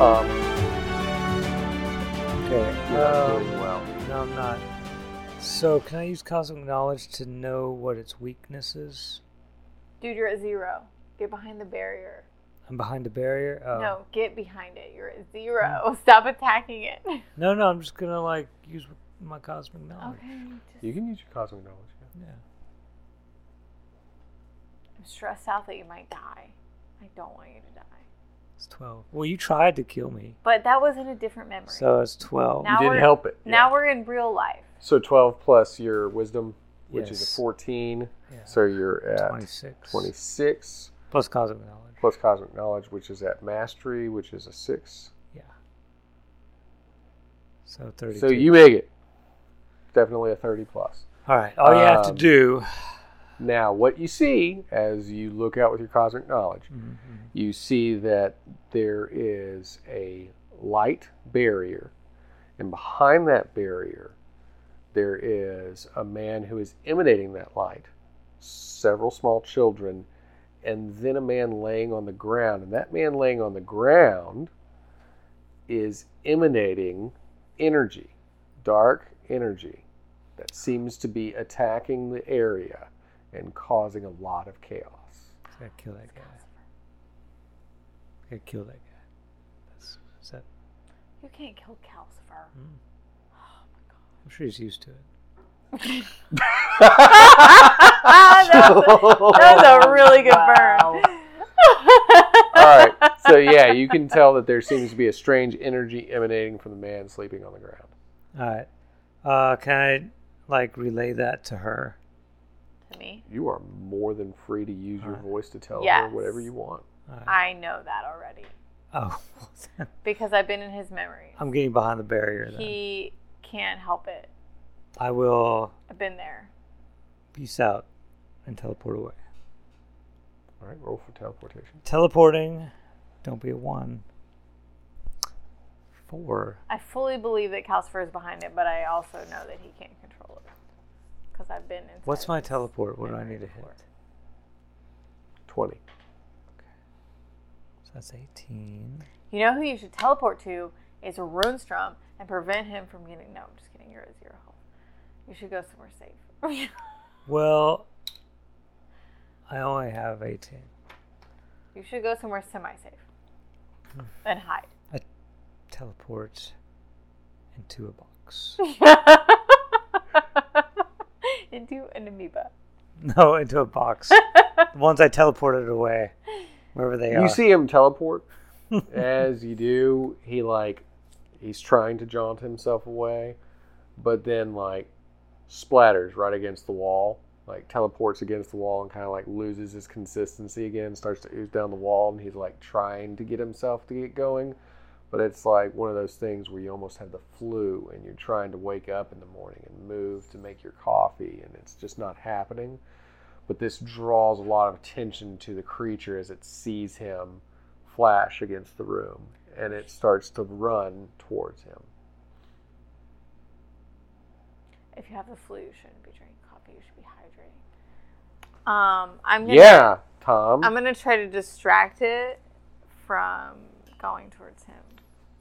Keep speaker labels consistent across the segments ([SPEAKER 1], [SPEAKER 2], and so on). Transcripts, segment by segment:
[SPEAKER 1] Um,
[SPEAKER 2] Okay.
[SPEAKER 1] you're not doing
[SPEAKER 2] um,
[SPEAKER 1] well.
[SPEAKER 2] No, I'm not. So, can I use cosmic knowledge to know what its weakness is?
[SPEAKER 3] Dude, you're at zero. Get behind the barrier.
[SPEAKER 2] I'm behind the barrier. Oh.
[SPEAKER 3] No, get behind it. You're at zero. Stop attacking it.
[SPEAKER 2] No, no, I'm just gonna like use my cosmic knowledge.
[SPEAKER 3] Okay. Just,
[SPEAKER 1] You can use your cosmic knowledge. Yeah.
[SPEAKER 2] Yeah.
[SPEAKER 3] I'm stressed out that you might die. I don't want you to die.
[SPEAKER 2] It's twelve. Well, you tried to kill me,
[SPEAKER 3] But that was in a different memory.
[SPEAKER 2] so it's twelve.
[SPEAKER 3] Now
[SPEAKER 1] you didn't
[SPEAKER 3] we're-
[SPEAKER 1] help it.
[SPEAKER 3] now
[SPEAKER 1] Yeah.
[SPEAKER 3] we're in real life.
[SPEAKER 1] So 12 plus your wisdom, which is
[SPEAKER 2] Yes.
[SPEAKER 1] a 14.
[SPEAKER 2] Yeah.
[SPEAKER 1] So you're at
[SPEAKER 2] 26.
[SPEAKER 1] 26
[SPEAKER 2] plus cosmic knowledge.
[SPEAKER 1] plus cosmic knowledge, which is at mastery, which is a 6.
[SPEAKER 2] Yeah. So thirty-two.
[SPEAKER 1] So you make it. Definitely a 30 plus.
[SPEAKER 2] All right. All you have to
[SPEAKER 1] Um,
[SPEAKER 2] do.
[SPEAKER 1] Now, what you see as you look out with your cosmic knowledge,
[SPEAKER 2] Mm-hmm.
[SPEAKER 1] you see that there is a light barrier, and behind that barrier, there is a man who is emanating that light, several small children, and then a man laying on the ground. And that man laying on the ground is emanating energy, dark energy, that seems to be attacking the area and causing a lot of chaos.
[SPEAKER 2] Gotta kill that guy. Gotta kill that guy. That's is that.
[SPEAKER 3] You can't kill Calcifer.
[SPEAKER 2] Mm. I'm sure he's used to it.
[SPEAKER 3] that, was a, that was a really good burn.
[SPEAKER 1] All right. So yeah, you can tell that there seems to be a strange energy emanating from the man sleeping on the ground.
[SPEAKER 2] All right. Uh, can I like relay that to her?
[SPEAKER 3] To me,
[SPEAKER 1] You are more than free to use your
[SPEAKER 2] Alright.
[SPEAKER 1] voice to tell
[SPEAKER 3] Yes.
[SPEAKER 1] her whatever you want.
[SPEAKER 2] All right.
[SPEAKER 3] I know that already
[SPEAKER 2] Oh,
[SPEAKER 3] because I've been in his memories.
[SPEAKER 2] I'm getting behind the barrier. Then
[SPEAKER 3] He can't help it.
[SPEAKER 2] I will
[SPEAKER 3] I've been there.
[SPEAKER 2] peace out and teleport away.
[SPEAKER 1] All right, roll for teleportation.
[SPEAKER 2] Teleporting. Don't be a one. Four.
[SPEAKER 3] I fully believe that Calcifer is behind it, but I also know that he can't control it because I've been in.
[SPEAKER 2] What's my teleport? What do I need to hit?
[SPEAKER 1] Twenty.
[SPEAKER 2] So that's 18.
[SPEAKER 3] You know who you should teleport to is Runestrom and prevent him from getting. No, I'm just kidding. You're at zero health. You should go somewhere safe.
[SPEAKER 2] Well, I only have 18.
[SPEAKER 3] you should go somewhere semi-safe
[SPEAKER 2] Hmm.
[SPEAKER 3] and hide.
[SPEAKER 2] Teleport into a box.
[SPEAKER 3] Into an amoeba.
[SPEAKER 2] no, into a box. Once I teleported away, wherever they are.
[SPEAKER 1] You see him teleport. As you do, he like he's trying to jaunt himself away, but then like splatters right against the wall, like teleports against the wall and kind of like loses his consistency again, starts to ooze down the wall, and he's like trying to get himself to get going. But it's like one of those things where you almost have the flu and you're trying to wake up in the morning and move to make your coffee, and it's just not happening but this draws a lot of attention to the creature as it sees him flash against the room and it starts to run towards him.
[SPEAKER 3] If you have the flu, you shouldn't be drinking coffee. You should be hydrating. Um, I'm gonna,
[SPEAKER 1] Yeah, Tom.
[SPEAKER 3] I'm gonna try to distract it from going towards him.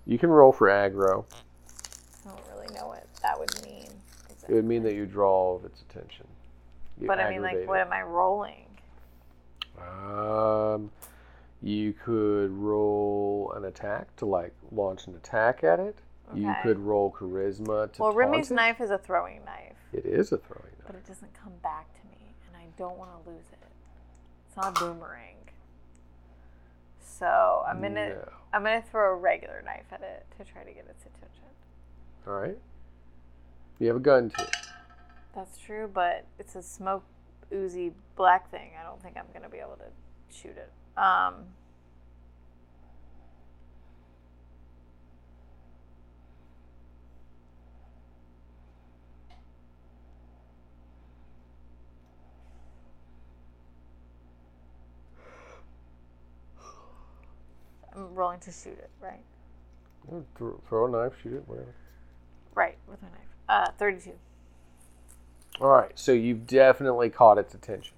[SPEAKER 1] you can roll for aggro.
[SPEAKER 3] I don't really know what that would mean. Is
[SPEAKER 1] It would mean that you draw all of its attention. You
[SPEAKER 3] but I mean, like, what
[SPEAKER 1] aggravate
[SPEAKER 3] am I rolling?
[SPEAKER 1] it. Um, you could roll an attack to like launch an attack at it. You
[SPEAKER 3] Okay.
[SPEAKER 1] could roll charisma to
[SPEAKER 3] Well,
[SPEAKER 1] taunt
[SPEAKER 3] Remy's
[SPEAKER 1] it.
[SPEAKER 3] knife is a throwing knife,
[SPEAKER 1] It is a throwing knife.
[SPEAKER 3] but it doesn't come back to me, and I don't want to lose it. It's not a boomerang. So I'm gonna
[SPEAKER 1] No.
[SPEAKER 3] I'm gonna throw a regular knife at it to try to get its attention.
[SPEAKER 1] All right. You have a gun to it.
[SPEAKER 3] That's true, but it's a smoke oozy black thing. I don't think I'm gonna be able to shoot it. Um, I'm rolling to shoot it, right?
[SPEAKER 1] Throw, throw a knife, shoot it, whatever.
[SPEAKER 3] Right, with a knife. Uh, 32.
[SPEAKER 1] All right, so you've definitely caught its attention.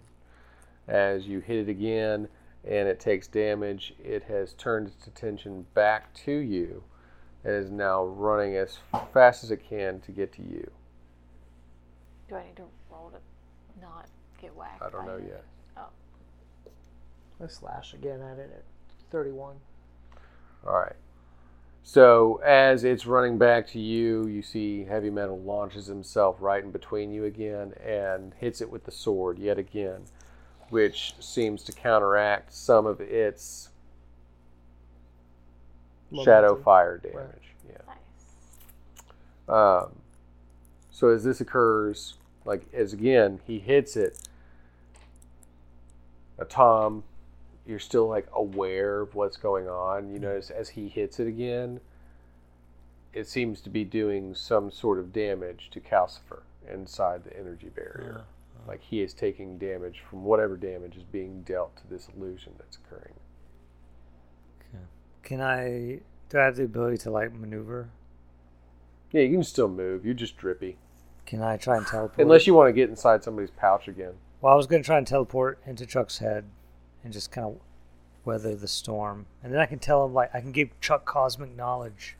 [SPEAKER 1] As you hit it again and it takes damage, it has turned its attention back to you and is now running as fast as it can to get to you.
[SPEAKER 3] Do I need to roll to not get whacked?
[SPEAKER 1] I don't
[SPEAKER 3] by
[SPEAKER 1] know
[SPEAKER 3] it?
[SPEAKER 1] yet.
[SPEAKER 4] I slash again at it at 31.
[SPEAKER 1] All right. So as it's running back to you, you see Heavy Metal launches himself right in between you again and hits it with the sword yet again, which seems to counteract some of its shadow
[SPEAKER 4] Momentum.
[SPEAKER 1] fire damage. Yeah.
[SPEAKER 3] Nice.
[SPEAKER 1] Um, so as this occurs, like as again he hits it, uh, Tom, you're still like aware of what's going on. You notice as he hits it again, it seems to be doing some sort of damage to Calcifer inside the energy barrier. Like he is taking damage from whatever damage is being dealt to this illusion that's occurring.
[SPEAKER 2] Can I? Do I have the ability to like maneuver?
[SPEAKER 1] Yeah, you can still move. You're just drippy.
[SPEAKER 2] Can I try and teleport?
[SPEAKER 1] Unless you want to get inside somebody's pouch again.
[SPEAKER 2] Well, I was going to try and teleport into Chuck's head and just kind of weather the storm. And then I can tell him, like, I can give Chuck cosmic knowledge.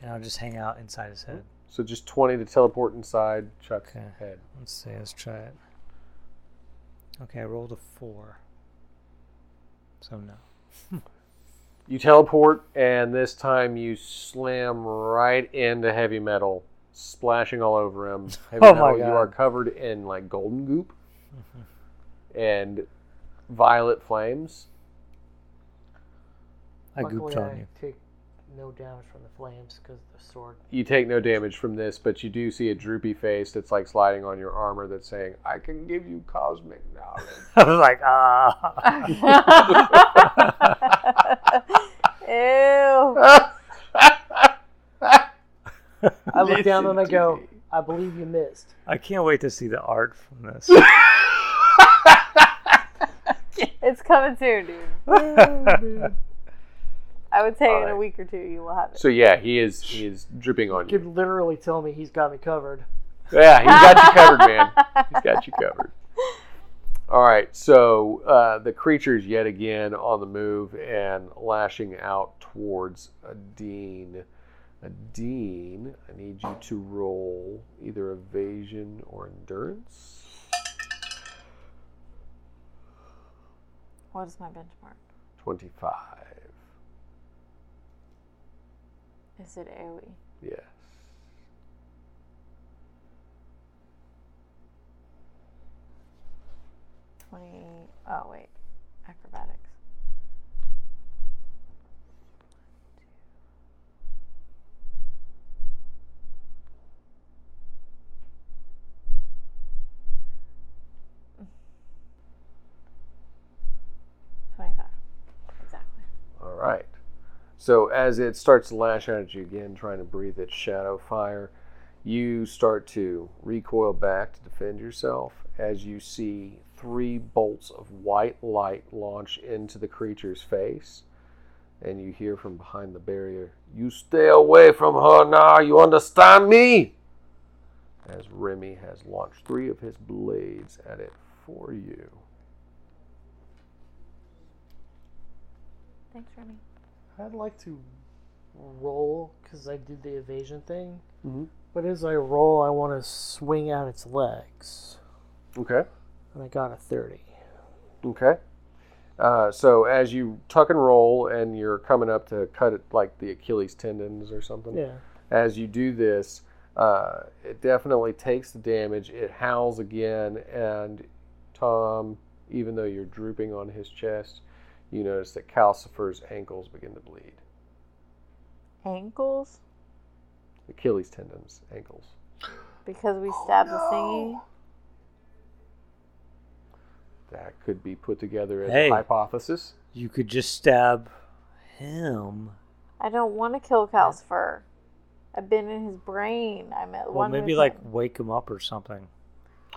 [SPEAKER 2] And I'll just hang out inside his head.
[SPEAKER 1] So just 20 to teleport inside Chuck's
[SPEAKER 2] Okay.
[SPEAKER 1] head.
[SPEAKER 2] Let's see, let's try it. Okay, I rolled a four. So no.
[SPEAKER 1] You teleport, and this time you slam right into heavy metal, splashing all over him. Heavy
[SPEAKER 2] Oh my
[SPEAKER 1] metal, you
[SPEAKER 2] God.
[SPEAKER 1] are covered in like golden goop
[SPEAKER 2] Mm-hmm.
[SPEAKER 1] and violet flames.
[SPEAKER 2] I
[SPEAKER 4] Luckily,
[SPEAKER 2] gooped
[SPEAKER 4] I
[SPEAKER 2] on you.
[SPEAKER 4] take no damage from the flames because the sword.
[SPEAKER 1] You take no damage from this, but you do see a droopy face that's like sliding on your armor that's saying, I can give you cosmic knowledge.
[SPEAKER 2] I was like, ah.
[SPEAKER 3] Ew.
[SPEAKER 4] I look down
[SPEAKER 1] Listen
[SPEAKER 4] and I
[SPEAKER 1] to
[SPEAKER 4] go,
[SPEAKER 1] me.
[SPEAKER 4] I believe you missed.
[SPEAKER 2] I can't wait to see the art from this.
[SPEAKER 3] It's coming soon, dude.
[SPEAKER 4] Oh,
[SPEAKER 3] I would say in
[SPEAKER 1] Alright.
[SPEAKER 3] a week or two you will have it.
[SPEAKER 1] so yeah, he is he is dripping on you.
[SPEAKER 4] You could literally tell me he's got me covered.
[SPEAKER 1] Yeah, he's got you covered, man. He's got you covered. All right, so uh, the creature's yet again on the move and lashing out towards a dean. A dean, I need you to roll either evasion or endurance.
[SPEAKER 3] What is my benchmark?
[SPEAKER 1] 25.
[SPEAKER 3] Is it E? AoE?
[SPEAKER 1] Yes.
[SPEAKER 3] Twenty. Oh wait, acrobatics. Twenty-five. Exactly.
[SPEAKER 1] All right. So as it starts to lash out at you again, trying to breathe its shadow fire, you start to recoil back to defend yourself as you see three bolts of white light launch into the creature's face. And you hear from behind the barrier, You stay away from her now, you understand me? As Remy has launched three of his blades at it for you.
[SPEAKER 3] Thanks, Remy.
[SPEAKER 4] I'd like to roll because I did the evasion thing.
[SPEAKER 1] Mhm.
[SPEAKER 4] But as I roll, I want to swing out its legs.
[SPEAKER 1] Okay.
[SPEAKER 4] And I got a 30.
[SPEAKER 1] Okay. Uh, so as you tuck and roll, and you're coming up to cut it like the Achilles tendons or something.
[SPEAKER 4] Yeah.
[SPEAKER 1] As you do this, uh, it definitely takes the damage. It howls again, and Tom, even though you're drooping on his chest, you notice that Calcifer's ankles begin to bleed.
[SPEAKER 3] Ankles,
[SPEAKER 1] Achilles tendons, ankles.
[SPEAKER 3] because we stabbed the thingy.
[SPEAKER 1] That could be put together as
[SPEAKER 2] Hey.
[SPEAKER 1] a hypothesis.
[SPEAKER 2] you could just stab him.
[SPEAKER 3] I don't want to kill Calcifer. I've been in his brain. I'm at
[SPEAKER 2] Well,
[SPEAKER 3] one.
[SPEAKER 2] maybe
[SPEAKER 3] with
[SPEAKER 2] like
[SPEAKER 3] him.
[SPEAKER 2] wake him up or something.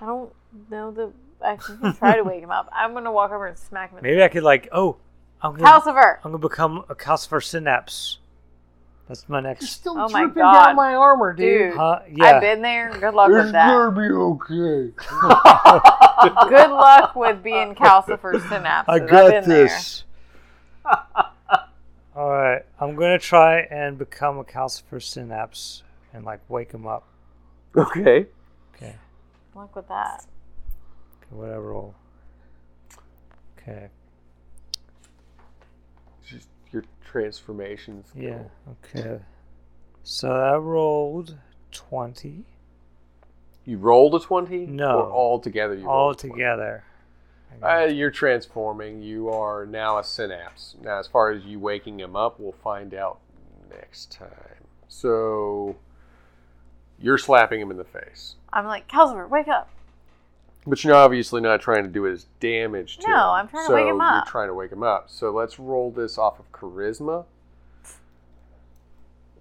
[SPEAKER 3] I don't know the. I can try to wake him up. I'm gonna walk over and smack him. in the-
[SPEAKER 2] Maybe I could like, oh, I'm gonna,
[SPEAKER 3] Calcifer.
[SPEAKER 2] I'm gonna become a calcifer synapse. That's my
[SPEAKER 4] It's
[SPEAKER 2] next.
[SPEAKER 4] still
[SPEAKER 3] Oh my
[SPEAKER 4] dripping
[SPEAKER 3] God.
[SPEAKER 4] down my armor, dude.
[SPEAKER 3] Dude,
[SPEAKER 2] Huh? Yeah.
[SPEAKER 3] I've been there. Good luck with that.
[SPEAKER 1] be okay.
[SPEAKER 3] Good luck with being calcifer synapses.
[SPEAKER 2] I
[SPEAKER 3] I've
[SPEAKER 2] got
[SPEAKER 3] been there.
[SPEAKER 2] this. All right, I'm gonna try and become a calcifer synapse and like wake him up.
[SPEAKER 1] Okay.
[SPEAKER 2] Okay,
[SPEAKER 3] Good luck with that.
[SPEAKER 2] okay whatever. roll. Okay,
[SPEAKER 1] Just your transformation skill.
[SPEAKER 2] yeah, okay. So I rolled twenty
[SPEAKER 1] You rolled a 20?
[SPEAKER 2] No.
[SPEAKER 1] Or all together you
[SPEAKER 2] all
[SPEAKER 1] rolled a 20?
[SPEAKER 2] together.
[SPEAKER 1] Uh, you're transforming. You are now a synapse. Now, as far as you waking him up, we'll find out next time. So, you're slapping him in the face.
[SPEAKER 3] I'm like, Calcifer, wake up.
[SPEAKER 1] But you're obviously not trying to do as damage to
[SPEAKER 3] No,
[SPEAKER 1] him.
[SPEAKER 3] I'm trying to wake him up.
[SPEAKER 1] You're trying to wake him up. So let's roll this off of charisma.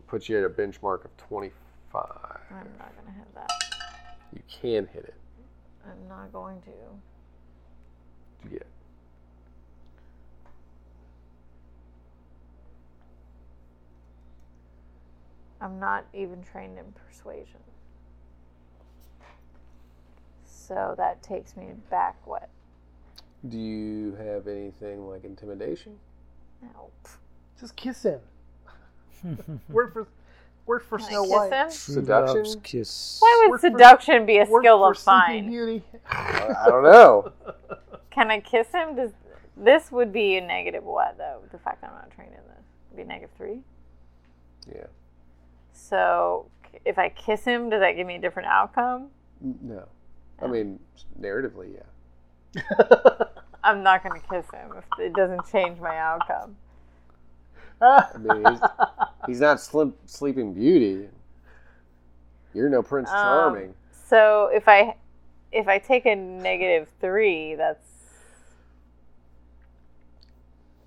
[SPEAKER 1] Put you at a benchmark of 25.
[SPEAKER 3] I'm not gonna hit that.
[SPEAKER 1] You can hit it.
[SPEAKER 3] I'm not going to.
[SPEAKER 1] Yeah.
[SPEAKER 3] I'm not even trained in persuasion. So that takes me back what?
[SPEAKER 1] Do you have anything like intimidation?
[SPEAKER 3] No. pff.
[SPEAKER 4] Just kiss him. Word for word for
[SPEAKER 3] Can I
[SPEAKER 4] Snow
[SPEAKER 3] kiss
[SPEAKER 4] White.
[SPEAKER 3] him?
[SPEAKER 2] True
[SPEAKER 1] Seduction?
[SPEAKER 2] love's kiss.
[SPEAKER 3] Why would
[SPEAKER 4] Word for-
[SPEAKER 3] seduction be a
[SPEAKER 4] Word
[SPEAKER 3] skill
[SPEAKER 4] for
[SPEAKER 3] of
[SPEAKER 4] Sleeping
[SPEAKER 3] fine?
[SPEAKER 4] Beauty.
[SPEAKER 1] I I don't know.
[SPEAKER 3] Can I kiss him? Does this would be a negative what though? The fact that I'm not trained in this would be negative three.
[SPEAKER 1] Yeah.
[SPEAKER 3] So c- if I kiss him, does that give me a different outcome?
[SPEAKER 1] No. I mean, narratively, yeah.
[SPEAKER 3] I'm not gonna kiss him if it doesn't change my outcome.
[SPEAKER 1] I mean, he's, he's not slim, Sleeping Beauty. You're no Prince
[SPEAKER 3] Um,
[SPEAKER 1] Charming.
[SPEAKER 3] So if I if I take a negative three, that's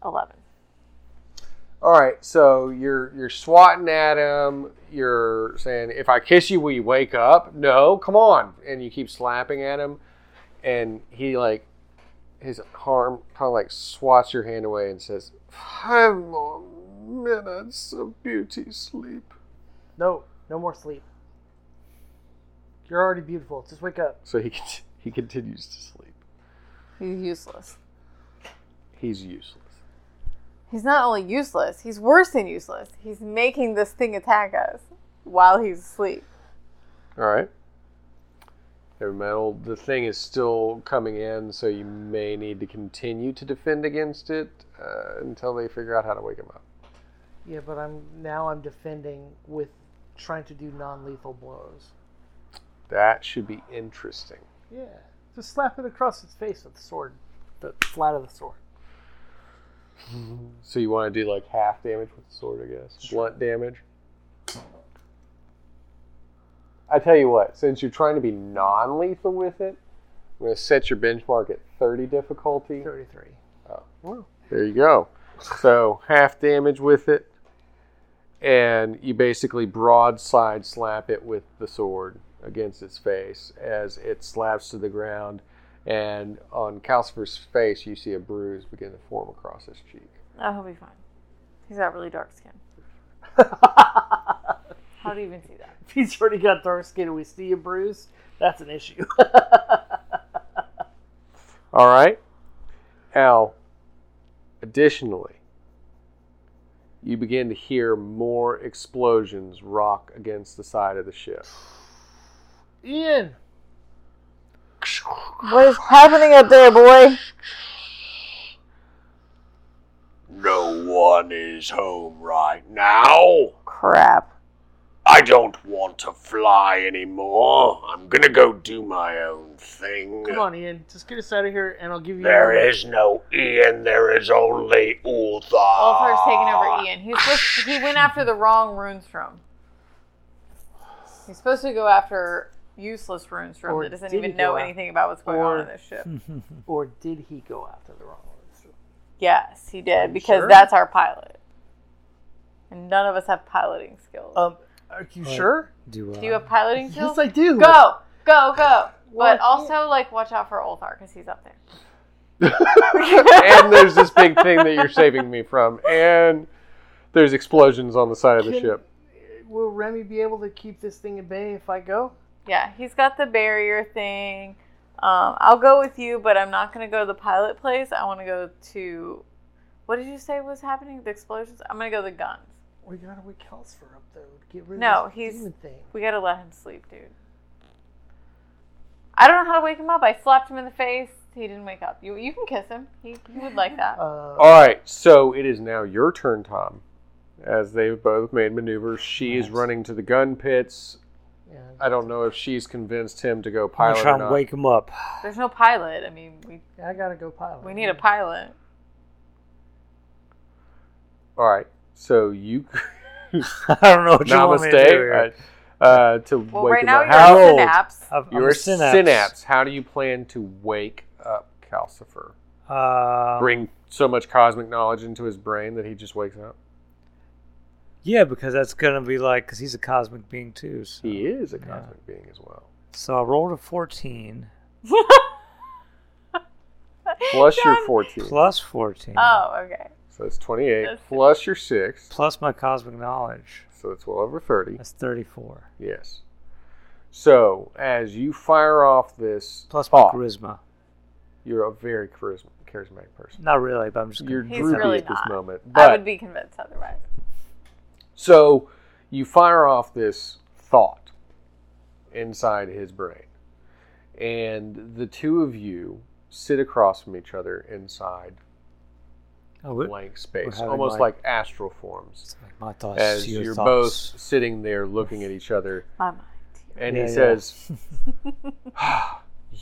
[SPEAKER 3] eleven.
[SPEAKER 1] All right, so you're you're swatting at him. You're saying, "If I kiss you, will you wake up?" No, come on. And you keep slapping at him, and he like his arm kind of like swats your hand away and says, Five more minutes of beauty sleep."
[SPEAKER 4] no, no more sleep. You're already beautiful. Just wake up.
[SPEAKER 1] So he cont- he continues to sleep.
[SPEAKER 3] He's useless.
[SPEAKER 1] He's useless.
[SPEAKER 3] He's not only useless, he's worse than useless. He's making this thing attack us while he's asleep.
[SPEAKER 1] All right. Heavy metal. The thing is still coming in, so you may need to continue to defend against it uh, until they figure out how to wake him up.
[SPEAKER 4] Yeah, but I'm now I'm defending with trying to do non-lethal blows.
[SPEAKER 1] That should be interesting.
[SPEAKER 4] Yeah, just slap it across its face with the sword, the flat of the sword.
[SPEAKER 1] So you want to do like half damage with the sword, I guess. Blunt damage. I tell you what, since you're trying to be non-lethal with it, I'm going to set your benchmark at 30 difficulty.
[SPEAKER 4] Thirty-three.
[SPEAKER 1] There you go. So half damage with it, and you basically broadside slap it with the sword against its face as it slaps to the ground. And on Calcifer's face, you see a bruise begin to form across his cheek.
[SPEAKER 3] Oh, he'll be fine. He's got really dark skin. How do you even see that?
[SPEAKER 4] if he's already got dark skin and we see a bruise, that's an issue.
[SPEAKER 1] All right. Al, additionally, you begin to hear more explosions rock against the side of the ship.
[SPEAKER 4] Ian,
[SPEAKER 3] What is happening up there, boy?
[SPEAKER 5] No one is home right now.
[SPEAKER 3] Crap.
[SPEAKER 5] I don't want to fly anymore. I'm gonna go do my own thing.
[SPEAKER 4] come on, Ian, just get us out of here, and I'll give you.
[SPEAKER 5] There is no
[SPEAKER 1] E
[SPEAKER 5] Ian, there is only Ulthar.
[SPEAKER 3] Ulfar's taking
[SPEAKER 4] E.
[SPEAKER 3] over Ian. He's supposed he went after the wrong Runestrom. He's supposed to go after useless Runestrom
[SPEAKER 4] Or
[SPEAKER 3] that doesn't
[SPEAKER 4] did he
[SPEAKER 3] even know
[SPEAKER 4] go after-
[SPEAKER 3] anything about what's going on
[SPEAKER 4] or-
[SPEAKER 3] in this ship.
[SPEAKER 4] Or did he go after the wrong one?
[SPEAKER 3] Yes, he did because
[SPEAKER 4] sure?
[SPEAKER 3] that's our pilot, and none of us have piloting skills.
[SPEAKER 4] Um, are you sure?
[SPEAKER 2] Do, uh,
[SPEAKER 3] Do you have piloting skills?
[SPEAKER 4] Yes, I do.
[SPEAKER 3] Go, go, go!
[SPEAKER 4] Well, I
[SPEAKER 3] But also, like, watch out for Ulthar because he's up there.
[SPEAKER 1] and there's this big thing that you're saving me from. And There's explosions on the side of the
[SPEAKER 4] Can-
[SPEAKER 1] ship.
[SPEAKER 4] Will Remy be able to keep this thing at bay if I go?
[SPEAKER 3] Yeah, he's got the barrier thing. Um, I'll go with you, but I'm not gonna go to the pilot place. I want to go to. What did you say was happening? The explosions. I'm gonna go to the guns.
[SPEAKER 4] We gotta wake Calcifer up though. to Get rid
[SPEAKER 3] No,
[SPEAKER 4] of this
[SPEAKER 3] he's-
[SPEAKER 4] demon thing.
[SPEAKER 3] We gotta let him sleep, dude. I don't know how to wake him up. I slapped him in the face. He didn't wake up. You you can kiss him. He, he would like that.
[SPEAKER 4] Uh,
[SPEAKER 1] All right, so it is now your turn, Tom. As they've both made maneuvers, she is
[SPEAKER 2] Nice.
[SPEAKER 1] running to the gun pits.
[SPEAKER 4] yeah.
[SPEAKER 1] I don't know if she's convinced him to go
[SPEAKER 2] I'm
[SPEAKER 1] pilot
[SPEAKER 2] gonna
[SPEAKER 1] or
[SPEAKER 2] try
[SPEAKER 1] not.
[SPEAKER 2] and wake him up.
[SPEAKER 3] There's no pilot. I mean, we
[SPEAKER 4] I gotta go pilot.
[SPEAKER 3] we
[SPEAKER 1] uh,
[SPEAKER 3] need a pilot.
[SPEAKER 1] All right, so you
[SPEAKER 2] I don't know what you want me to do.
[SPEAKER 1] namaste
[SPEAKER 2] here.
[SPEAKER 1] right, uh, to
[SPEAKER 3] Well,
[SPEAKER 1] wake
[SPEAKER 3] right
[SPEAKER 1] him
[SPEAKER 3] now
[SPEAKER 1] up.
[SPEAKER 3] you're
[SPEAKER 1] How
[SPEAKER 2] How
[SPEAKER 3] on
[SPEAKER 2] old?
[SPEAKER 3] synapse.
[SPEAKER 2] I've- I'm
[SPEAKER 1] Your
[SPEAKER 2] a
[SPEAKER 1] synapse. How do you plan to wake up Calcifer?
[SPEAKER 2] Uh,
[SPEAKER 1] Bring so much cosmic knowledge into his brain that he just wakes up.
[SPEAKER 2] Yeah, because that's gonna be like because he's a cosmic being too. So,
[SPEAKER 1] He is a
[SPEAKER 2] yeah.
[SPEAKER 1] cosmic being as well.
[SPEAKER 2] So I rolled a fourteen
[SPEAKER 1] Uh, Plus your
[SPEAKER 3] John-
[SPEAKER 1] 14.
[SPEAKER 2] plus fourteen
[SPEAKER 3] Oh, okay.
[SPEAKER 1] So it's 28.
[SPEAKER 3] That's-
[SPEAKER 1] plus your 6.
[SPEAKER 2] plus my cosmic knowledge.
[SPEAKER 1] So it's well over 30.
[SPEAKER 2] That's thirty-four
[SPEAKER 1] Yes. So as you fire off this
[SPEAKER 2] plus my
[SPEAKER 1] thought,
[SPEAKER 2] charisma.
[SPEAKER 1] you're a very charisma, charismatic person.
[SPEAKER 2] Not really, but I'm just.
[SPEAKER 1] You're
[SPEAKER 2] Gonna,
[SPEAKER 3] He's
[SPEAKER 1] droopy
[SPEAKER 3] really
[SPEAKER 1] at this
[SPEAKER 3] not.
[SPEAKER 1] moment.
[SPEAKER 3] I
[SPEAKER 1] But
[SPEAKER 3] would be convinced otherwise.
[SPEAKER 1] So you fire off this thought inside his brain, and the two of you sit across from each other inside
[SPEAKER 2] oh, we're-
[SPEAKER 1] blank space,
[SPEAKER 2] having
[SPEAKER 1] almost
[SPEAKER 2] like-
[SPEAKER 1] like astral forms,
[SPEAKER 2] it's like my thoughts.
[SPEAKER 1] as
[SPEAKER 2] to your
[SPEAKER 1] you're
[SPEAKER 2] thoughts.
[SPEAKER 1] both sitting there looking at each other.
[SPEAKER 3] My mind.
[SPEAKER 1] And
[SPEAKER 2] Yeah,
[SPEAKER 1] he
[SPEAKER 2] yeah.
[SPEAKER 1] says,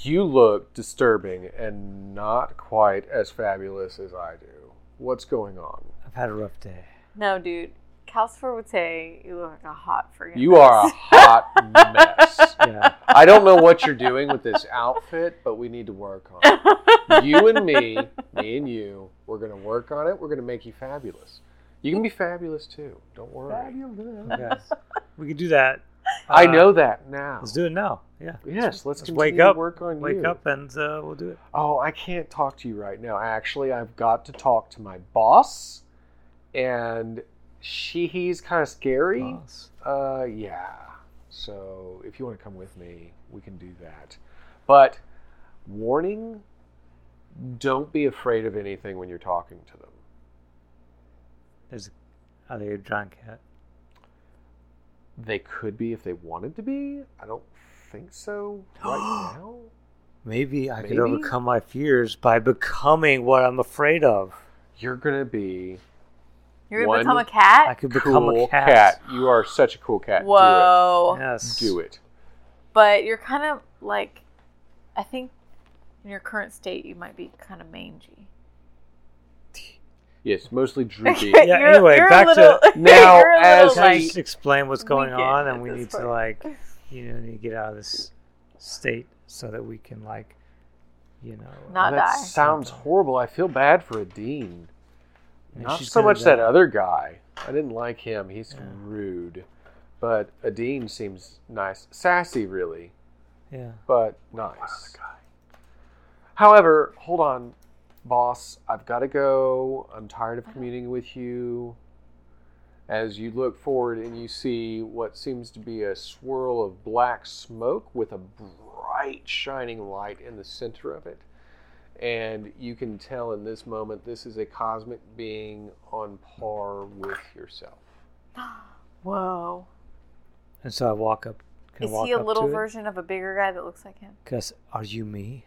[SPEAKER 1] You look disturbing and not quite as fabulous as I do. What's going on?
[SPEAKER 2] I've had a rough day.
[SPEAKER 3] No, dude. Calcifer would say you look like a hot friggin'
[SPEAKER 1] You are a hot mess.
[SPEAKER 2] Yeah.
[SPEAKER 1] I don't know what you're doing with this outfit, but we need to work on it. You and me, me and you, we're going to work on it. We're going to make you fabulous. You can be fabulous too. Don't worry.
[SPEAKER 4] Fabulous.
[SPEAKER 2] Okay. we can do that.
[SPEAKER 1] I
[SPEAKER 2] Uh,
[SPEAKER 1] know that now.
[SPEAKER 2] Let's do it now. Yeah.
[SPEAKER 1] Yes, let's,
[SPEAKER 2] Let's
[SPEAKER 1] continue
[SPEAKER 2] wake up.
[SPEAKER 1] to work on
[SPEAKER 2] Wake
[SPEAKER 1] you.
[SPEAKER 2] up and uh, we'll do it.
[SPEAKER 1] Oh, I can't talk to you right now. Actually, I've got to talk to my boss, and she he's kind of scary.
[SPEAKER 2] Boss.
[SPEAKER 1] Uh, yeah. So if you want to come with me, we can do that. But warning: don't be afraid of anything when you're talking to them.
[SPEAKER 2] There's, are they a giant cat?
[SPEAKER 1] They could be if they wanted to be. I don't think so right now.
[SPEAKER 2] Maybe I
[SPEAKER 1] Maybe?
[SPEAKER 2] could overcome my fears by becoming what I'm afraid of.
[SPEAKER 1] You're gonna be
[SPEAKER 3] You're gonna
[SPEAKER 1] One-
[SPEAKER 3] become a
[SPEAKER 2] I
[SPEAKER 3] cat?
[SPEAKER 2] could become
[SPEAKER 1] cool
[SPEAKER 2] a cat.
[SPEAKER 1] You are such a cool cat.
[SPEAKER 3] Whoa.
[SPEAKER 2] Yes.
[SPEAKER 1] Do it. Do it.
[SPEAKER 3] But you're kind of like, I think in your current state, you might be kind of mangy.
[SPEAKER 1] Yes, mostly droopy.
[SPEAKER 2] Yeah, anyway,
[SPEAKER 3] a
[SPEAKER 2] back to-
[SPEAKER 1] Now,
[SPEAKER 3] you're a
[SPEAKER 1] as
[SPEAKER 3] little,
[SPEAKER 2] Can I
[SPEAKER 1] we-
[SPEAKER 3] like,
[SPEAKER 2] just explain what's going
[SPEAKER 3] weakened
[SPEAKER 2] on,
[SPEAKER 3] at
[SPEAKER 2] and we
[SPEAKER 3] this
[SPEAKER 2] need
[SPEAKER 3] point.
[SPEAKER 2] to like, you know, need to get out of this state so that we can like, you know,
[SPEAKER 3] Not
[SPEAKER 1] that
[SPEAKER 3] die.
[SPEAKER 1] sounds horrible. I feel bad for a dean.
[SPEAKER 2] Yeah,
[SPEAKER 1] Not
[SPEAKER 2] she's
[SPEAKER 1] so
[SPEAKER 2] gonna
[SPEAKER 1] much that
[SPEAKER 2] die.
[SPEAKER 1] other guy. I didn't like him. He's
[SPEAKER 2] Yeah.
[SPEAKER 1] rude. But a dean seems nice. Sassy, really,
[SPEAKER 2] yeah.
[SPEAKER 1] but nice. However, hold on, boss. I've got to go. I'm tired of commuting with you. As you look forward and you see what seems to be a swirl of black smoke with a bright shining light in the center of it. And you can tell in this moment this is a cosmic being on par with yourself.
[SPEAKER 3] Whoa.
[SPEAKER 2] And so I walk up. Can I
[SPEAKER 3] Is
[SPEAKER 2] walk
[SPEAKER 3] he a
[SPEAKER 2] up
[SPEAKER 3] little
[SPEAKER 2] to
[SPEAKER 3] version of a bigger guy that looks like him?
[SPEAKER 2] Because are you me?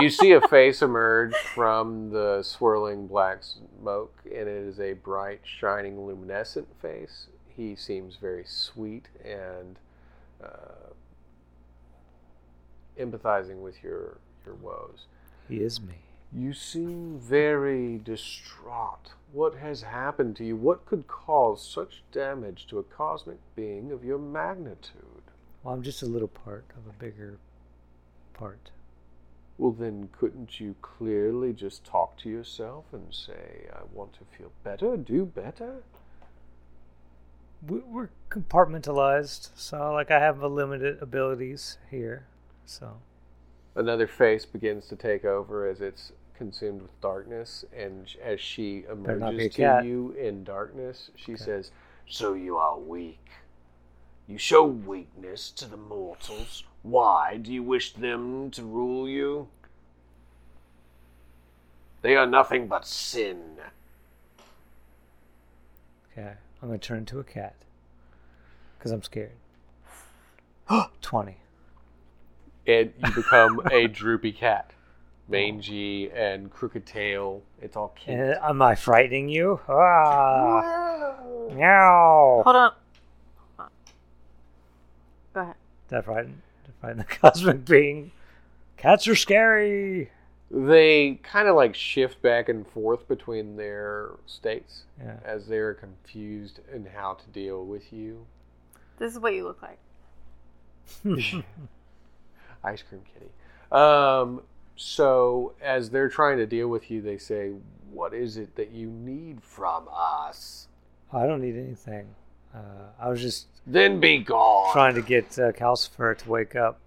[SPEAKER 1] you see a face emerge from the swirling black smoke, and it is a bright, shining, luminescent face. He seems very sweet and uh, empathizing with your your woes.
[SPEAKER 2] He is me.
[SPEAKER 1] You seem very distraught. What has happened to you? What could cause such damage to a cosmic being of your magnitude?
[SPEAKER 2] Well, I'm just a little part of a bigger part.
[SPEAKER 1] Well, then, couldn't you clearly just talk to yourself and say, I want to feel better, do better?
[SPEAKER 2] we- we're compartmentalized so like i have a limited abilities here so
[SPEAKER 1] Another face begins to take over as its consumed with darkness, and sh- as she
[SPEAKER 2] Better not be a
[SPEAKER 1] emerges to
[SPEAKER 2] cat.
[SPEAKER 1] you in darkness, she says,
[SPEAKER 5] So you are weak. You show weakness to the mortals. Why do you wish them to rule you? They are nothing but sin.
[SPEAKER 2] Okay, I'm gonna turn into a cat because I'm scared. Twenty.
[SPEAKER 1] and you become a droopy cat, mangy
[SPEAKER 2] Oh.
[SPEAKER 1] and crooked tail. It's all cute.
[SPEAKER 2] And am I frightening you? Ah, meow.
[SPEAKER 3] Hold on. Hold on. Go ahead.
[SPEAKER 2] Did I frighten? Did I frighten the cosmic being? Cats are scary.
[SPEAKER 1] They kind of like shift back and forth between their states
[SPEAKER 2] Yeah.
[SPEAKER 1] as they're confused in how to deal with you.
[SPEAKER 3] This is what you look like.
[SPEAKER 1] Ice cream kitty. Um, so as they're trying to deal with you, they say, "What is it that you need from us?"
[SPEAKER 2] Oh, I don't need anything. Uh, I was just
[SPEAKER 5] Then be gone.
[SPEAKER 2] trying to get uh, Calcifer to wake up,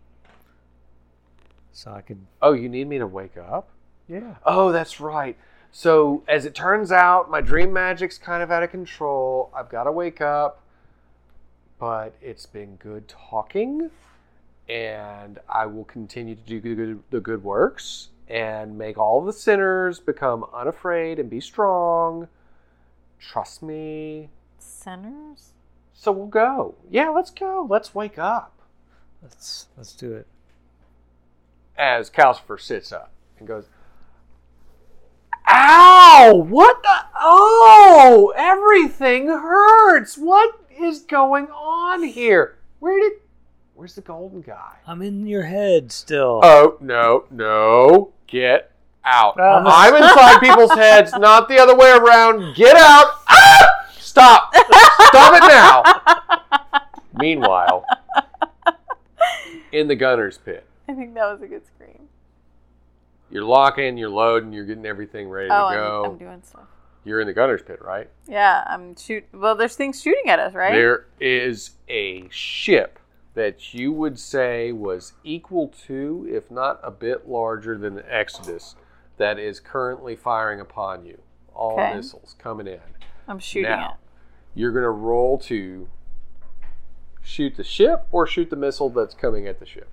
[SPEAKER 2] so I could.
[SPEAKER 1] Oh, you need me to wake up?
[SPEAKER 2] Yeah.
[SPEAKER 1] Oh, that's right. So, as it turns out, my dream magic's kind of out of control. I've got to wake up. But it's been good talking. And I will continue to do good, the good works and make all the sinners become unafraid and be strong. Trust me.
[SPEAKER 3] Sinners?
[SPEAKER 1] So, we'll go. Yeah, let's go. Let's wake up.
[SPEAKER 2] Let's let's do it.
[SPEAKER 1] As Calcifer sits up and goes, Ow! What the? Oh! Everything hurts. What is going on here? Where did? Where's the golden guy?
[SPEAKER 2] I'm in your head still.
[SPEAKER 1] Oh no no! Get out!
[SPEAKER 2] Ah.
[SPEAKER 1] I'm inside people's heads, not the other way around. Get out! Ah! Stop! Stop it now! Meanwhile, in the gunner's pit,
[SPEAKER 3] I think that was a good scream.
[SPEAKER 1] you're locking, you're loading, you're getting everything ready to
[SPEAKER 3] Oh,
[SPEAKER 1] go.
[SPEAKER 3] I'm, I'm doing stuff.
[SPEAKER 1] You're in the gunner's pit, right?
[SPEAKER 3] Yeah, I'm shoot. Well, there's things shooting at us, right?
[SPEAKER 1] There is a ship that you would say was equal to, if not a bit larger than the Exodus, that is currently firing upon you. All
[SPEAKER 3] Okay.
[SPEAKER 1] missiles coming in.
[SPEAKER 3] I'm shooting
[SPEAKER 1] now, You're going to roll to shoot the ship or shoot the missile that's coming at the ship.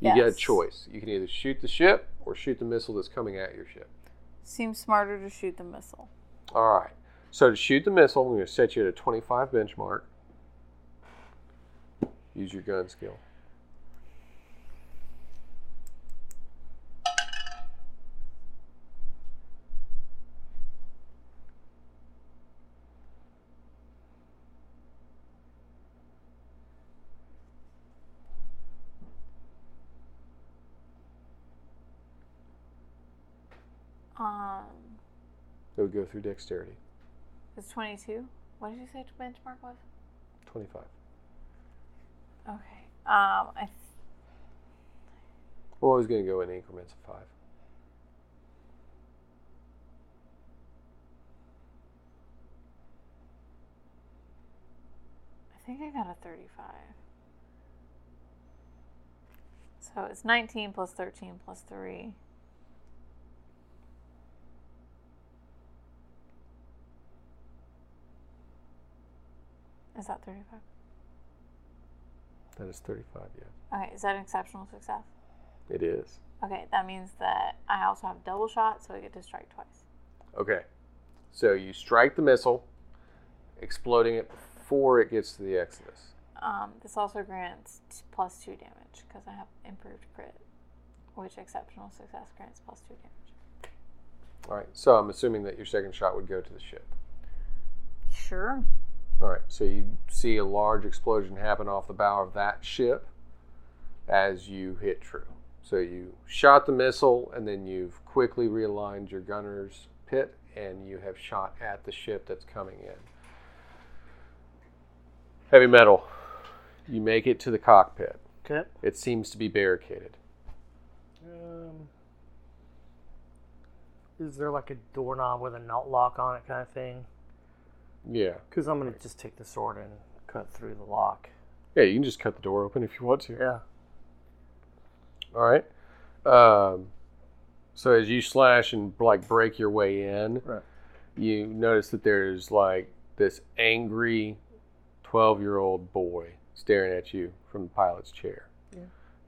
[SPEAKER 1] You get a
[SPEAKER 3] Yes.
[SPEAKER 1] choice. You can either shoot the ship or shoot the missile that's coming at your ship.
[SPEAKER 3] it. Seems smarter to shoot the missile.
[SPEAKER 1] All right. So to shoot the missile, I'm going to set you at a 25 benchmark. Use your gun skill.
[SPEAKER 3] Um,
[SPEAKER 1] It would go through dexterity.
[SPEAKER 3] it's 22. What did you say benchmark was?
[SPEAKER 1] 25.
[SPEAKER 3] Okay. Um, I th-
[SPEAKER 1] We're always going to go in increments of five.
[SPEAKER 3] I think I got a 35. So it's 19 plus 13 plus 3. Is that 35?
[SPEAKER 1] That is 35, yeah.
[SPEAKER 3] Okay, is that an exceptional success?
[SPEAKER 1] It is.
[SPEAKER 3] Okay, that means that I also have double shot, so I get to strike twice.
[SPEAKER 1] Okay. So you strike the missile, exploding it before it gets to the Exodus.
[SPEAKER 3] Um, this also grants t- plus two damage because I have improved crit, which exceptional success grants plus two damage.
[SPEAKER 1] All right. So I'm assuming that your second shot would go to the ship.
[SPEAKER 3] Sure.
[SPEAKER 1] All right, so you see a large explosion happen off the bow of that ship as you hit true. So you shot the missile, and then you've quickly realigned your gunner's pit, and you have shot at the ship that's coming in. Heavy metal. You make it to the cockpit.
[SPEAKER 4] Okay.
[SPEAKER 1] It seems to be barricaded.
[SPEAKER 4] Um, is there like a doorknob with a nut lock on it kind of thing?
[SPEAKER 1] Yeah.
[SPEAKER 4] Because I'm going to just take the sword and cut through the lock.
[SPEAKER 1] Yeah, you can just cut the door open if you want to.
[SPEAKER 4] Yeah.
[SPEAKER 1] All right. Um, So as you slash and like break your way in,
[SPEAKER 5] Right.
[SPEAKER 1] you notice that there's like this angry twelve-year-old boy staring at you from the pilot's chair.
[SPEAKER 6] Yeah.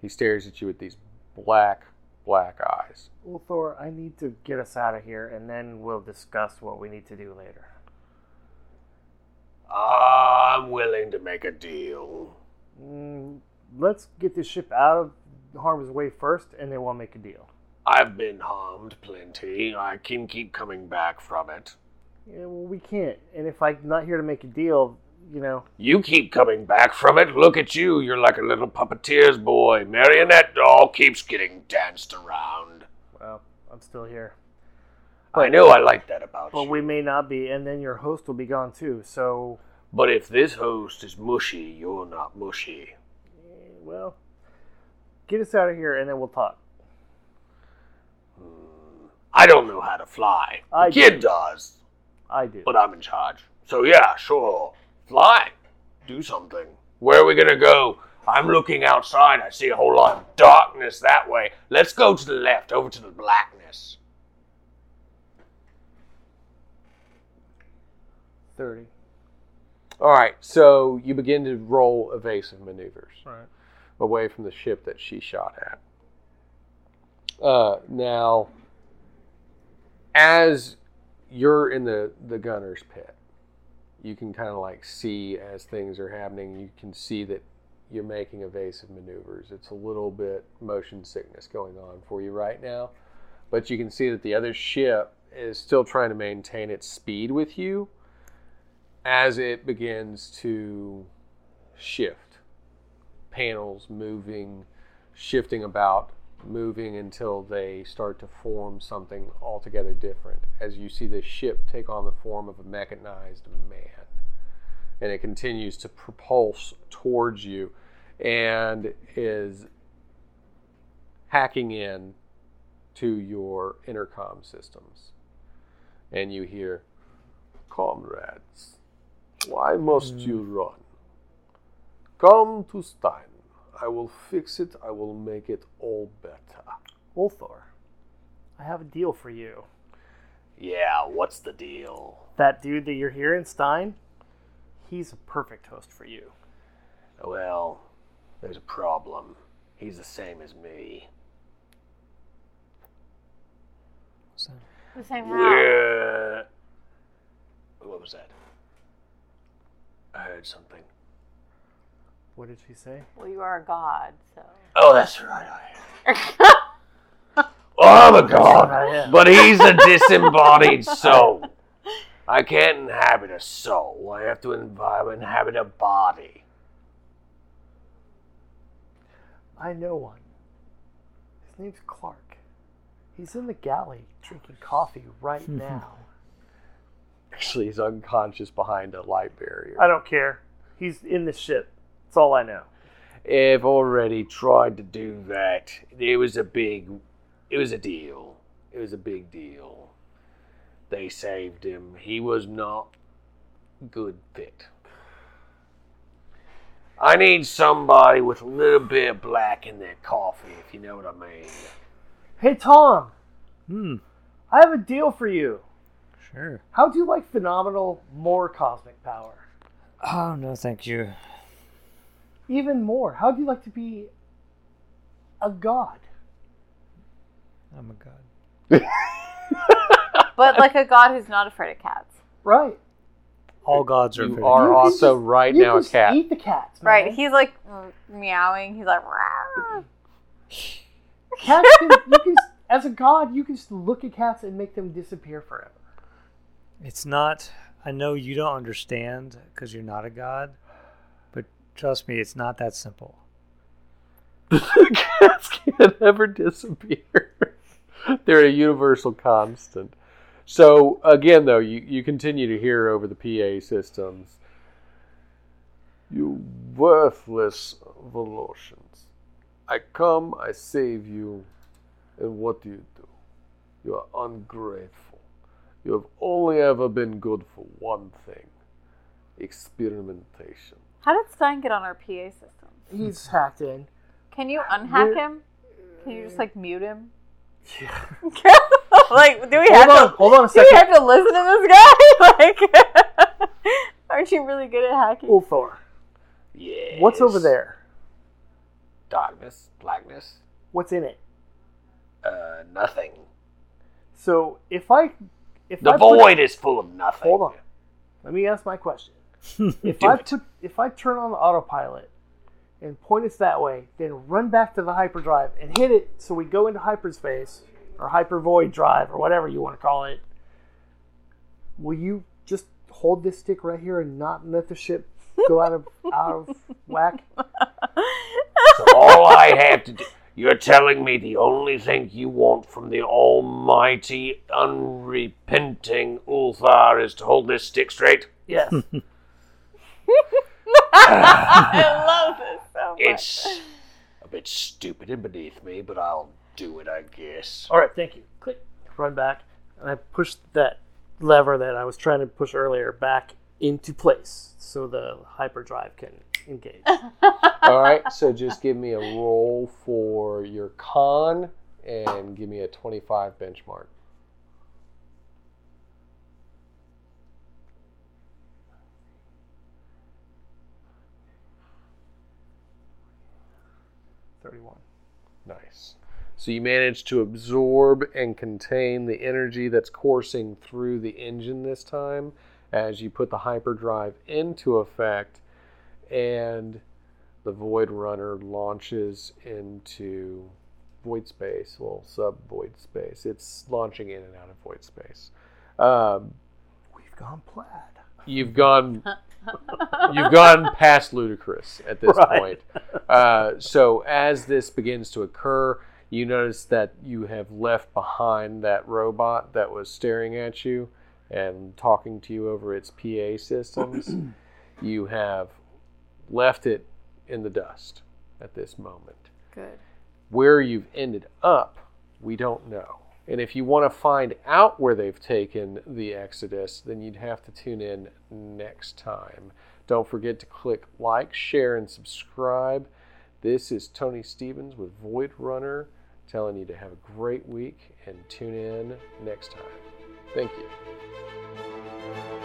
[SPEAKER 1] He stares at you with these black, black eyes.
[SPEAKER 4] Well, Thor, I need to get us out of here, and then we'll discuss what we need to do later.
[SPEAKER 5] I'm willing to make a deal.
[SPEAKER 4] Mm, let's get this ship out of harm's way first, and then we'll make a deal.
[SPEAKER 5] I've been harmed plenty. I can keep coming back from it.
[SPEAKER 4] Yeah, well, we can't. And if I'm not here to make a deal, you know,
[SPEAKER 5] You keep coming back from it. Look at you. You're like a little puppeteer's boy. Marionette doll keeps getting danced around.
[SPEAKER 4] well, I'm still here.
[SPEAKER 5] I know I like that about
[SPEAKER 4] But
[SPEAKER 5] you.
[SPEAKER 4] we may not be, and then your host will be gone too. So,
[SPEAKER 5] but if this host is mushy, you're not mushy.
[SPEAKER 4] eh, well, get us out of here, and then we'll talk.
[SPEAKER 5] I don't know how to fly. The
[SPEAKER 4] I
[SPEAKER 5] kid does,
[SPEAKER 4] I do.
[SPEAKER 5] but I'm in charge. So yeah, sure. Fly. Do something. Where are we gonna go? I'm looking outside. I see a whole lot of darkness that way. Let's go to the left, over to the blackness.
[SPEAKER 6] Thirty.
[SPEAKER 1] All right, so you begin to roll evasive maneuvers
[SPEAKER 6] Right.
[SPEAKER 1] away from the ship that she shot at. Uh, now, as you're in the, the gunner's pit, you can kind of like see as things are happening, you can see that you're making evasive maneuvers. It's a little bit motion sickness going on for you right now, but you can see that the other ship is still trying to maintain its speed with you as it begins to shift panels moving shifting about moving until they start to form something altogether different as you see the ship take on the form of a mechanized man and it continues to propulse towards you and is hacking in to your intercom systems and you hear comrades why must you run Come to Stein. I will fix it. I will make it all better.
[SPEAKER 4] Ulthor, I have a deal for you.
[SPEAKER 5] Yeah, what's the deal?
[SPEAKER 4] That dude that you're hearing, Stein, he's a perfect host for you.
[SPEAKER 5] Well, there's a problem. He's the same as me.
[SPEAKER 2] So,
[SPEAKER 3] The same house.
[SPEAKER 5] We're... What was that? I heard something.
[SPEAKER 4] What did she say?
[SPEAKER 3] Well, you are a god, so.
[SPEAKER 5] Oh, that's right. I Oh, I'm a god, but he's a disembodied soul. I can't inhabit a soul. I have to invi- inhabit a body.
[SPEAKER 6] I know one. His name's Clark. He's in the galley drinking coffee right now.
[SPEAKER 1] Actually, he's unconscious behind a light barrier.
[SPEAKER 4] I don't care. He's in the ship. That's all I know.
[SPEAKER 5] I've already tried to do that. It was a big, it was a deal. It was a big deal. They saved him. He was not good fit. I need somebody with a little bit of black in their coffee, if you know what I mean.
[SPEAKER 4] Hey, Tom,
[SPEAKER 2] hmm,
[SPEAKER 4] I have a deal for you.
[SPEAKER 2] sure.
[SPEAKER 4] How do you like phenomenal more cosmic power?
[SPEAKER 2] Oh, no, thank you.
[SPEAKER 4] Even more. How do you like to be a god?
[SPEAKER 2] I'm a god.
[SPEAKER 3] But like a god who's not afraid of cats.
[SPEAKER 4] Right.
[SPEAKER 2] All gods are.
[SPEAKER 1] you
[SPEAKER 2] pretty-
[SPEAKER 1] are
[SPEAKER 4] You can
[SPEAKER 1] also
[SPEAKER 4] just-
[SPEAKER 1] right
[SPEAKER 4] you
[SPEAKER 1] now
[SPEAKER 4] can
[SPEAKER 1] a
[SPEAKER 4] just
[SPEAKER 1] cat.
[SPEAKER 4] Eat the cats, man.
[SPEAKER 3] Right. He's like mm, meowing. He's like, "Rawr."
[SPEAKER 4] Cats can, you can, as a god, you can just look at cats and make them disappear forever.
[SPEAKER 2] It's not. I know you don't understand because you're not a god, but trust me, it's not that simple.
[SPEAKER 1] Cats can't ever disappear. They're a universal constant. So again, though, you, you continue to hear over the PA systems. You worthless Volosians. I come, I save you, and what do you do? You are ungrateful. You have only ever been good for one thing experimentation.
[SPEAKER 3] How did Stein get on our PA system?
[SPEAKER 4] He's hacked in.
[SPEAKER 3] Can you unhack
[SPEAKER 4] We're-
[SPEAKER 3] him? Can you just like mute him? like, do we have
[SPEAKER 4] Hold on,
[SPEAKER 3] to?
[SPEAKER 4] hold on a
[SPEAKER 3] Do we
[SPEAKER 4] second.
[SPEAKER 3] have to listen to this guy? like, aren't you really good at hacking?
[SPEAKER 4] Ulthor,
[SPEAKER 5] Yeah.
[SPEAKER 4] what's over there?
[SPEAKER 5] Darkness, blackness,
[SPEAKER 4] What's in it?
[SPEAKER 5] uh, nothing.
[SPEAKER 4] So if I, if
[SPEAKER 5] The
[SPEAKER 4] I put-
[SPEAKER 5] void is full of nothing.
[SPEAKER 4] hold on, let me ask my question. If
[SPEAKER 5] Do
[SPEAKER 4] I
[SPEAKER 5] it.
[SPEAKER 4] put, if I turn on the autopilot and point us that way, then run back to the hyperdrive and hit it so we go into hyperspace or hypervoid drive or whatever you want to call it. Will you just hold this stick right here and not let the ship go out of out of whack?
[SPEAKER 5] So all I have to do. You're telling me the only thing you want from the almighty, unrepenting Ulthar is to hold this stick straight?
[SPEAKER 4] Yes.
[SPEAKER 3] I love this so much.
[SPEAKER 5] It's a bit stupid and beneath me, but I'll do it, I guess.
[SPEAKER 4] All right, thank you. Click, run back, and I pushed that lever that I was trying to push earlier back into place so the hyperdrive can engage.
[SPEAKER 1] All right, so just give me a roll for your con and give me a 25 benchmark.
[SPEAKER 4] Thirty-one.
[SPEAKER 1] Nice. So you manage to absorb and contain the energy that's coursing through the engine this time as you put the hyperdrive into effect, and the Void Runner launches into void space, well, sub void space. It's launching in and out of void space. Um,
[SPEAKER 4] We've gone plaid.
[SPEAKER 1] you've gone you've gone past ludicrous at this
[SPEAKER 4] Right.
[SPEAKER 1] point. Uh, so as this begins to occur, you notice that you have left behind that robot that was staring at you and talking to you over its PA systems. you have left it in the dust at this moment.
[SPEAKER 3] good.
[SPEAKER 1] Where you've ended up, we don't know. And if you want to find out where they've taken the Exodus, then you'd have to tune in next time. Don't forget to click like, share, and subscribe. This is Tony Stevens with Void Runner telling you to have a great week and tune in next time. Thank you.